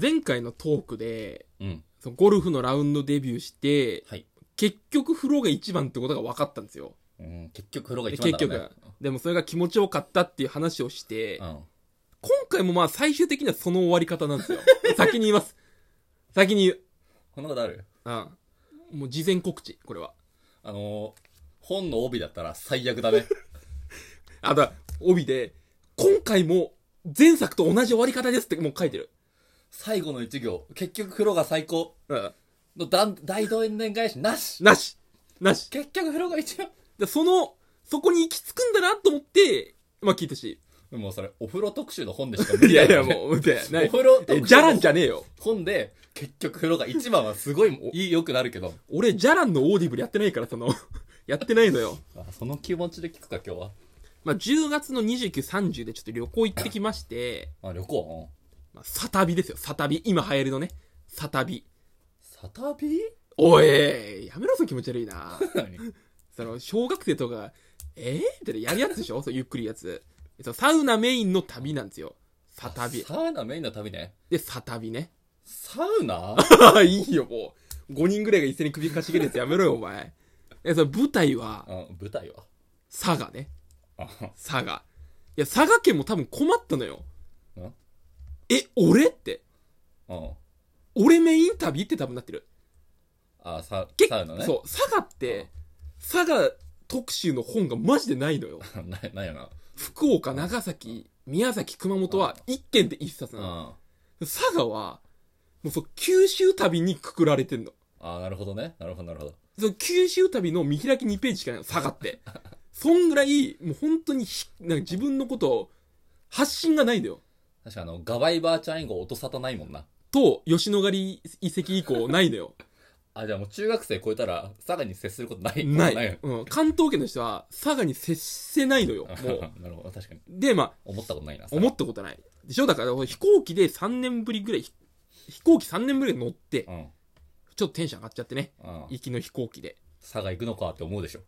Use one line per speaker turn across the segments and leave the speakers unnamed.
前回のトークで、
うん。
そのゴルフのラウンドデビューして、
はい。
結局フローが一番ってことが分かったんですよ。
うん、結局風呂が一番
結
だろう
局
ね。。
でもそれが気持ちよかったっていう話をして、
うん。
今回もまあ最終的にはその終わり方なん ですよ。先に言います。先に言う。
こんなことある
ああもう事前告知、これは。
あのー、本の帯だったら最悪だ ね。
あと、帯で、今回も前作と同じ終わり方ですってもう書いてる。
最後の一行、結局風呂が最高
うん。
の段大動演返しなし
なしなし
結局風呂が一番
でその、そこに行き着くんだなと思って、まあ聞いてし
でもそれ、お風呂特集の本でしか
い。
見
いやいや、
う。
もう、みたいな。
お風呂特集
え、
の
じゃらんじゃねえよ。
本で、結局風呂が一番はすごいもいい良くなるけど。
俺、じゃらんのオーディブルやってないから、その、 やってないのよ。
あその気持ちで聞くか、今日は。
まあ、10月の29、30でちょっと旅行行ってきまして、
あ、旅行うん。
まあ、サタビですよ、サタビ。今流行りのね、サタビ。
サタビ
おい、やめろ、その気持ち悪いな。
何
その、小学生とか、えー、ってやるやつでしょそう、ゆっくりやつ。そのサウナメインの旅なんですよ。 サタビ。
サウナメインの旅ね。
で、サタビね。
サ ウナ
あ あ、いいよ、もう。5人ぐらいが一斉に首かしげるやつやめろよ、お前。え、その舞台は、
うん、舞台は。
佐賀ね。
あ
佐賀。いや、佐賀県も多分困ったのよ
ん。
え、俺って。
うん。
俺メイン旅って多分なってる。
あ、サ
け
サウナね。
そう、佐賀って、佐賀特集の本がマジでないのよ。
う。 な、なんやな。
福岡、長崎、宮崎、熊本は一県で一冊
う。
なんの。
あ
佐賀は、もうそう、九州旅にくくられてんの。
あ、なるほどね。なるほど、なるほど。
その九州旅の見開き2ページしかないの、佐賀 って。そんぐらい、もう本当にひ、なんか自分のことを、発信がないのよ。
確かあの、ガバイバーチャイン号音沙汰ないもんな。
と、吉野ヶ里遺跡以降ないのよ。
あ、じゃあもう中学生超えたら、サガに接すること ない。
な
ない
い。。うん。関東圏の人は、佐賀に接せない のよ、
あ
もう。
なるほど、確かに。
で、まあ、
思ったことないな。
思ったことない。でしょだから、飛行機で3年ぶりぐらい、ひ飛行機3年ぶりに乗って、
うん。
ちょっとテンション上がっちゃってね。
うん。
行きの飛行機で。
佐賀行くのかって思うでしょ。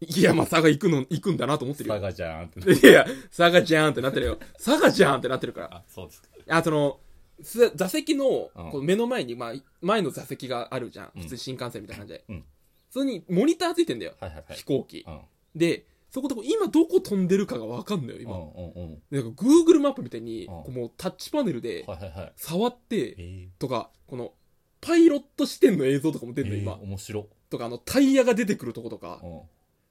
いや、まあ、佐賀行くの、行くんだなと思ってるよ
佐。賀じゃんって。
いや、佐賀じゃーんってなってるよ。 佐賀じゃーんってなってるから。
あ、そうですか。
あ、その、す座席の、こ
うん
う目の前に、まあ、前の座席があるじゃん。
うん
普通新幹線みたいな感じで。
うん
それに、モニターついてんだよ。
はいはいはい
飛。行機。
うん。
で、そこでこう今どこ飛んでるかがわかんのよ、
う
今。
んうんうん。
でなんか Google マップみたいに、
ん
こうもうタッチパネルで、
はいはいはい。
触って、
え
とか、この、パイロット視点の映像とかも出
え
てる、今。
面白。
とか、あの、タイヤが出てくるとことか
う、ん。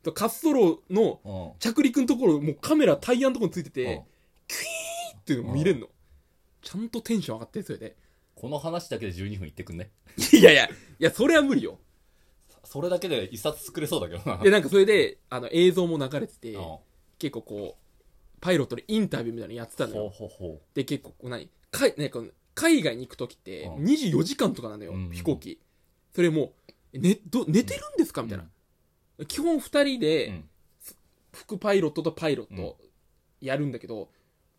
と滑走路の
うん。
着陸のところ、もうカメラタイヤのところについてて、
うん
っていうの見れんの。ちゃんとテンション上がってる、それで。
この話だけで12分いってくんね。
いやいや、いや、それは無理よ。
それだけで一冊作れそうだけどな。
で、なんかそれで、あの、映像も流れて
う
て
ん、ほ
結構こう、パイロットでインタビューみたいなのやってた
う
のよ。
ほうほ
で、結構、こう何かいなんか海外に行くときって、
うん
24時間とかなのよ
うん、
飛行機。それもう、え寝、ど、寝てるんですか
う。
みたいな。基本2人
う
で
ん。
副パイロットとパイロットやるんだけど、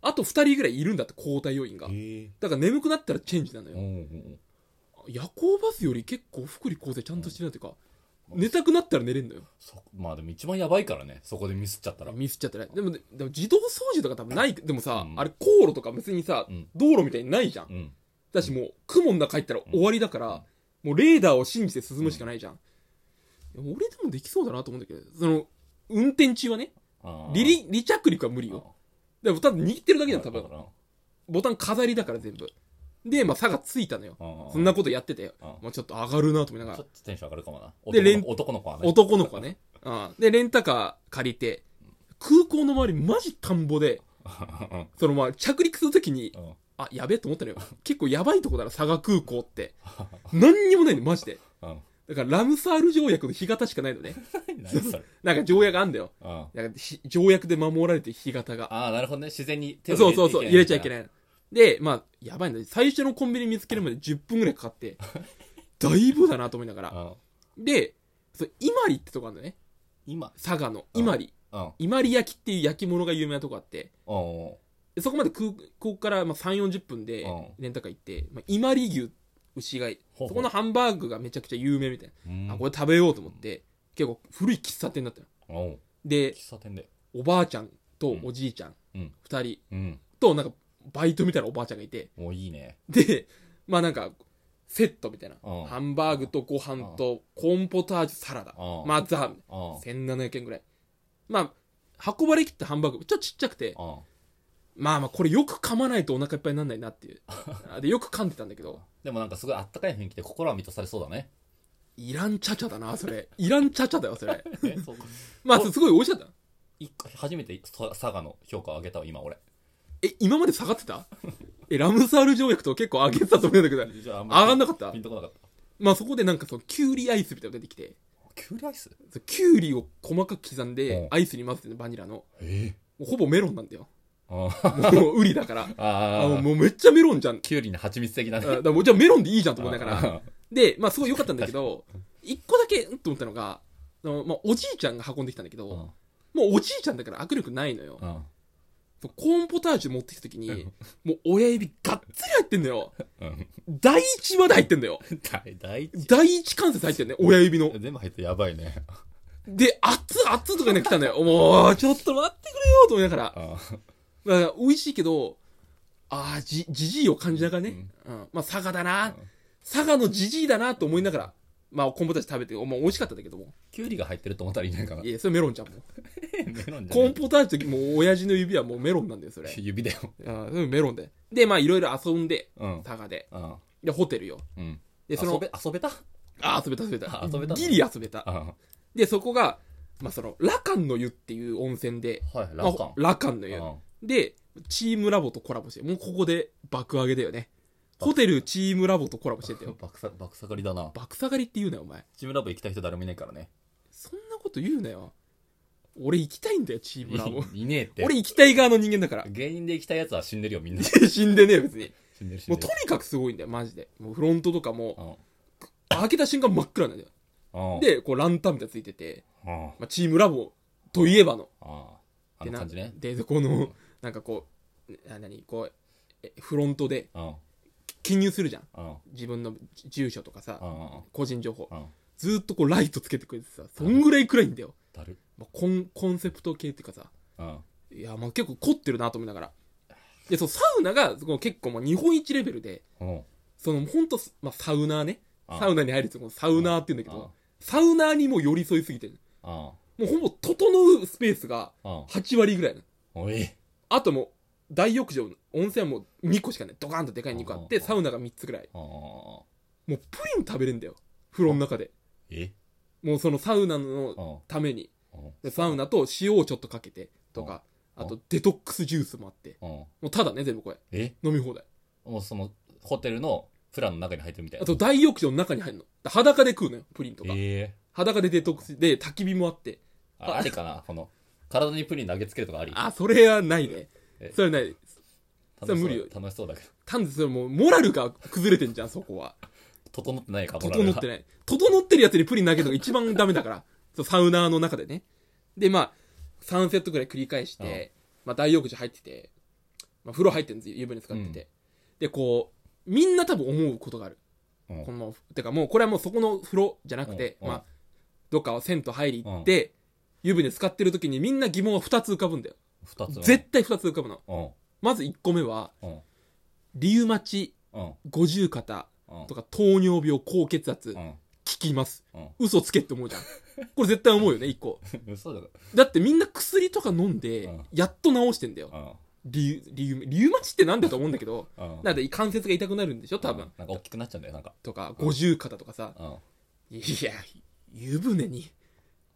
あと2人ぐらいいるんだって交代要員が
え
だから眠くなったらチェンジなの
え。
よ、
うんうん
夜行バスより結構福利厚生ちゃんとしてるなっていうか、
うん
寝たくなったら寝れんのよ
そまあでも一番やばいからね。そこでミスっちゃったら。
ミスっちゃってないでもでも自動操縦とか多分ないでもさ、
うん
あれ航路とか別にさ、
うん
道路みたいにないじゃん、
うん。
だしもう雲の中入ったら終わりだから、もうレーダーを信じて進むしかないじゃん、いや俺でもできそうだなと思うんだけどその運転中はね
あー
離離離着陸は無理よ、でも多分握ってるだけだよ多分ボタン飾りだから全部でまあ差がついたのよそんな
こ
ことやってて
あ
まあ、ちょっと上がるなと思いな
とちょ
が
っとテンション上がるかもな。
でレン
男の男の子は
ら
ね。
男の子はねあでレンタカー借りて空港の周りマジ田んぼでそのまあ着陸するときに
うん
あやべえと思ったのよ結構やばいとこだな佐賀空港 って何にもないのマジで
うん。
だからラムサール条約の干潟しかないの ね
何それ。
なんか条約あんだよ
うんあ
なんかひ条約で守られてる干潟が
あ、なるほどね。自然に手を
そうそうそう、入れちゃいけ
い。
ない。で、まあ、やばいんだ最初のコンビニ見つけるまで10分ぐらいかか って、だいぶだなと思いながら。
うん
で、そう、伊万里ってとこあるんだね。
今。
佐賀の
うん
伊万里。
うん。うん
伊万里焼きっていう焼き物が有名なとこあって、
うん
でそこまで空港からまあ3、40分で
うん
レンタカー行って、まあ、伊万里牛牛がい、
ほうほう
そこのハンバーグがめちゃくちゃ有名みたい
うん。
な。あ、これ食べようと思って、結構古い喫茶店だったの。
うん
で、
喫茶店で。
おばあちゃんとおじいちゃん、
うん
二人
うん。
と、なんか、バイトみたいなおばあちゃんがいて、
もういいね。
で、まあなんか、セットみたいな。
うん
ハンバーグとご飯とコーンポタージュサラダ。
うん
まあザ、
うん
1700円ぐらい。まあ、運ばれきったハンバーグ、ちょっとちっちゃくて、
うん
まあまあこれよく噛まないとお腹いっぱいになんないな っていう。で、よく噛んでたんだけど、
でもなんかすごいあったかい雰囲気で心は満たされそう だね。
イランチャチャだな、それ。イランチャチャだよ、それ。
えそうか
まあ、すごい美味しかった。
一回初めてさ佐賀の評価を上げたわ、今俺。
え、今まで下がってたえ、ラムサール条約と結構上げてたと思うんだけど、上
じゃああん
がんな
な
かった
ピンとこなかった。
まあそこでなんかその、キュウリアイスみたいなのが出てきて、
キュウリアイス
そうキュウリを細かく刻ん
うん
で、アイスに混ぜてね、バニラの。
え
もうほぼメロンなん だよ。
あ
もうウリだから。
あ
あ
ー、
もうめっちゃメロンじゃん。
キュウリの蜂蜜的な
あ
ね。
だからもうじゃあメロンでいいじゃんと思いながら。
ら。
で、まあすごい良かったんだけど、一個だけ、うんと思ったのが、あのまあ、おじいちゃんが運んできたんだけど、
うん
もうおじいちゃんだから握力ないのよ。
うん
そうコーンポタージュ持ってきた時に、
うん
もう親指がっつり入ってんだよ。
うん。
第一まで入ってんだよ。
大大
第一関節入ってんね、親指の。
全部入ってやばいね。
で、熱々とか言いながら来たんだよ。もう、ちょっと待ってくれよと思いながら。
あ
だから美味しいけど、ああ、じ、じじいを感じながらね。うん。まあ、佐賀だな。
うん
佐賀のじじいだなと思いながら、まあ、コンポタージュ食べて、もう美味しかったんだけども。
キュウリが入ってると思ったらいないかな。
いや、それメロンちゃんも。
メロンじゃ
コ
な
ーン
い
ポタージュの時もう親父の指はもうメロンなんだよ、それ。
指だよ。
あーうんメロンで。で、まあ、いろいろ遊んで、
うん。
佐賀で。
うん。
で、ホテルよ。
うん。
で、そ
遊
の、
べ、遊べた
あー、遊べた遊べた。
あ遊べたの
ギリ遊べた。
あ
で、そこが、まあ、その、羅漢の湯っていう温泉で、
はい、
まあ
ラカン。
羅漢の湯。
うん
で、チームラボとコラボして、もうここで爆上げだよね。ホテルチームラボとコラボしてたよ。
爆さ爆盛りだな。
爆下がりって言うなよ、お前。
チームラボ行きたい人誰もいないからね。
そんなこと言うなよ。俺行きたいんだよ、チームラボ。
いいねえって。
俺行きたい側の人間だから。
芸人で行きたいやつは死んでるよ、みんな。
死んでねえよ、別に。
死んでる、死
も
ん
う
で
と
る。
にかくすごいんだよ、マジで。もうフロントとかも、
も
開けた瞬間真っ暗なんだよ。
うん。うん、
で、こうランタンみたいなのついてて、
うん。
まあ、チームラボといえばの。
ああ
で
の
な
感じね。
で、この、なんかこう、な何こう、えフロントで
うん。
記入するじゃん。
うん。
自分の住所とか
う
さ、
ん。うん
個人情報。
うん。
ずーっとこうライトつけてくれてさ、そんぐらい暗いんだよ。
だる。
まあ、コン、コンセプト系っていうかさ、
うん。
いや、まあ結構凝ってるなと思いながら。で、そう、サウナがこう結構もう日本一レベルで、
うん。
その、ほんと、まあサウナーね。
うん
サウナに入るとこのサウナーって言うんだけ
うん
ど、サウナーにもう寄り添いすぎてる。
うん。
もうほぼ整うスペースが
うん。
8割ぐらいなの。
おい。
あともう、大浴場、温泉はもう2個しかない。ドカーンとでかい2個あっ
う
て、
ん
サウナが3つぐらい。
うん。
もうプリン食べれんだよ。風呂の中で。
え
もうそのサウナ
う
の
ん。
ために。
うん。
でサウナと塩をちょっとかけて、とか、
うん
あとデトックスジュースもあって。
うん。
もうただね、全部これ。
え
飲み放題。
もうその、ホテルのプランの中に入ってるみたい
あ
な。
と大浴場の中に入るの。だ裸で食うのよ、プリンとか。
ええ。
裸でデトックスで、焚き火もあって。
あありかなこの、体にプリン投げつけるとかあり
あ、それはないね
え。
それはない。
楽し
それ
そ
無理よ
う楽しそうだけど。
単にそれもう、モラルが崩れてんじゃん、そこは。
整ってないかも
整って
な
な
い。
い。整ってるやつにプリン投げるのが一番ダメだから。 そう、サウナーの中でね。で、まあ、3セットくらい繰り返して、まあ、大浴場入ってて、まあ、風呂入ってんですよ、湯船使ってて。で、こう、みんな多分思うことがある。
うん
この、てかもう、これはもうそこの風呂じゃなくて、
うん
まあ、どっか銭湯入り行って、湯船使ってる時にみんな疑問は2つ浮かぶんだよ。
二つ。
絶対2つ浮かぶの。
うん。
まず1個目は、
うん。
リウマチ、
うん。
五十肩
うん
と。か糖尿病、高血圧、
う
効
ん。
きます。
うん。
嘘つけって思うじゃん。これ絶対思うよね、一個。
嘘だろ。
だってみんな薬とか飲ん
う
で
ん、
やっと治してんだよ。
う
リウ、リウ、リウマチってなんだと思うんだけど、
ん。うん。
なんで関節が痛くなるんでしょ多
うん
分。
なんか大きくなっちゃうんだよ、なんか。
とか、
うん
五十肩とかさ。
うん。
いや、湯船に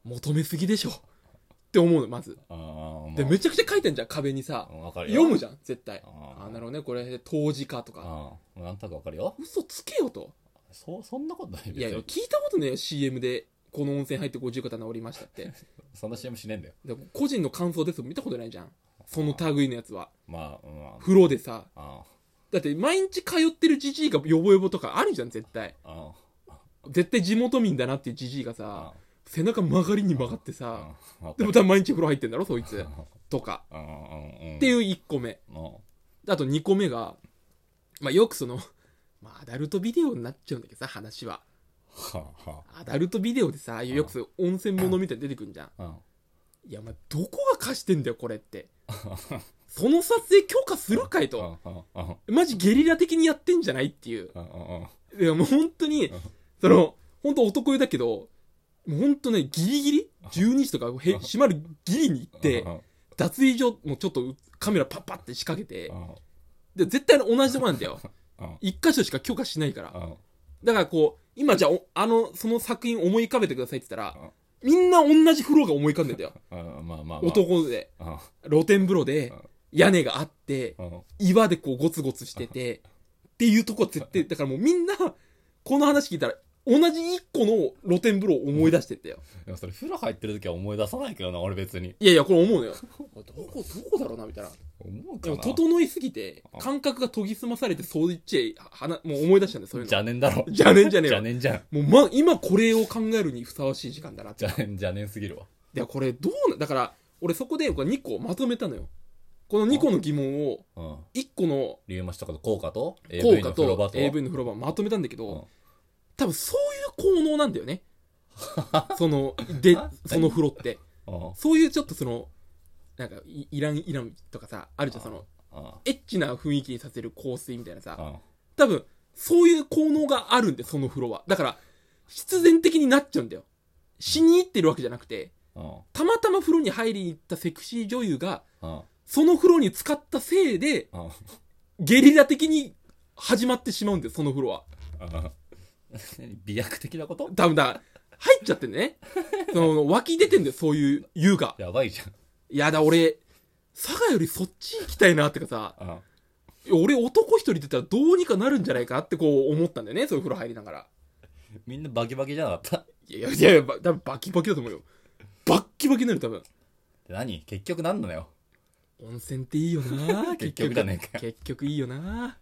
求めすぎでしょ。って思うの、まず。
ああ、
で、めちゃくちゃ書いてんじゃん、壁にさ
う。んわかるよ。
読むじゃん、絶対。
あー
あー、なるほどね。これ、当時かとか。
ああ、なんとなくわかるよ。
嘘つけよと。
そ、そんなことない別
いや、
に
聞いたことねえよ、CM で。この温泉入って五十肩治りましたって。
そんな CM しねえんだよ。
で個人の感想ですも見たことないじゃん。その類のやつは。
まあ、うん。あ
風呂でさ。
あ、
だって毎日通ってるじじいがヨボヨボとかあるじゃん、絶対。
あ
絶対地元民だなっていうじじいがさ
あ、、
背中曲がりに曲がって
あ
さ、
あ、わか
で
る
も多分毎日風呂入ってんだろ、そいつ。とか。
うんうんうん。。
っていうう1個目。
うん。
あと2個目が、まあよくその、まあアダルトビデオになっちゃうんだけどさ、話は。
はあは
アダルトビデオでさ、ああいうよくそう温泉物みたいに出てくんじゃん。
あ。うん。
いや、お前どこが貸してんだよ、これって。その撮影許可するかい
うん
と。
うんうん
マジゲリラ的にやってんじゃないっていう。
うんうんうん
いや、もう本当に
うん、
その、本当男湯だけど、もう本当ね、ギリギリ ?12 時とかへ閉まるギリに行って
う、ん
脱衣所もちょっとカメラパッパって仕掛けて
う、ん
で、絶対同じとこなんだよ。
うん
一箇所しか許可しないから
う。ん
だからこう、今じゃあお、あの、その作品思い浮かべてくださいって言った
う
ら
ん、
みんな同じ風呂が思い浮かんでたよ。
うんまあまあまあ
男で。
うん
露天風呂で
うん、
屋根があって、
うん
岩でこうゴツゴツして て、っていうとこは絶 対、だからもうみんな、この話聞いたら、同じ一個の露天風呂を思い出してった よ。
でもそれ風呂入ってる時は思い出さないけどな俺別に
いやいや、これ思うのよ。どこ、どこだろうな、みたいな。
思うか
で
な
も、整いすぎて、感覚が研ぎ澄まされて、そういっちゃい、はな、もう思い出したんで、そういうの。
じゃねんだろ
じゃねんじゃねえ
じゃ
よ。
ねんじゃん
もう、ま、今これを考えるにふさわしい時間だなって
じ。ゃねんじゃねんすぎるわ
で、これどうな、だから、俺そこでこれ2個まとめたのよ。この2個の疑問を、
うん
1個の
リウマチとかと効果と
効
AV
果
の風呂場
と
と
AV の風呂場まとめたんだけど、
うん
多分そういう効能なんだよ ね。その、で、その風呂って。
うん
そういうちょっとその、なんかい、いらん、いらんとかさ、あるじゃん、その、
うん
エッチな雰囲気にさせる香水みたいな
う
さ、
ん
多分、そういう効能があるんで、その風呂は。だから、必然的になっちゃうんだよ。しに行ってるわけじゃなくて、
うん
たまたま風呂に入りに行ったセクシー女優が、
うん
その風呂に使ったせいで、
うんうん
ゲリラ的に始まってしまうんだよ、その風呂は。
何 美薬的なこと
多分だ、入っちゃってんね。その、湧き出てんだよ、そういう優が。
やばいじ
いやだ、俺、佐賀よりそっち行きたいなってかさ、
ゃんうん
いや俺男一人出たらどうにかなるんじゃないかってこう思ったんだよね、そういう風呂入りながら。
みんなバキバキじゃなかった
いやいやいやいや、ば多分バキバキだと思うよ。バッキバキになる、多分。
で何結局なんなのよ
温泉っていいよな
結局じゃねえかよ
結局いいよな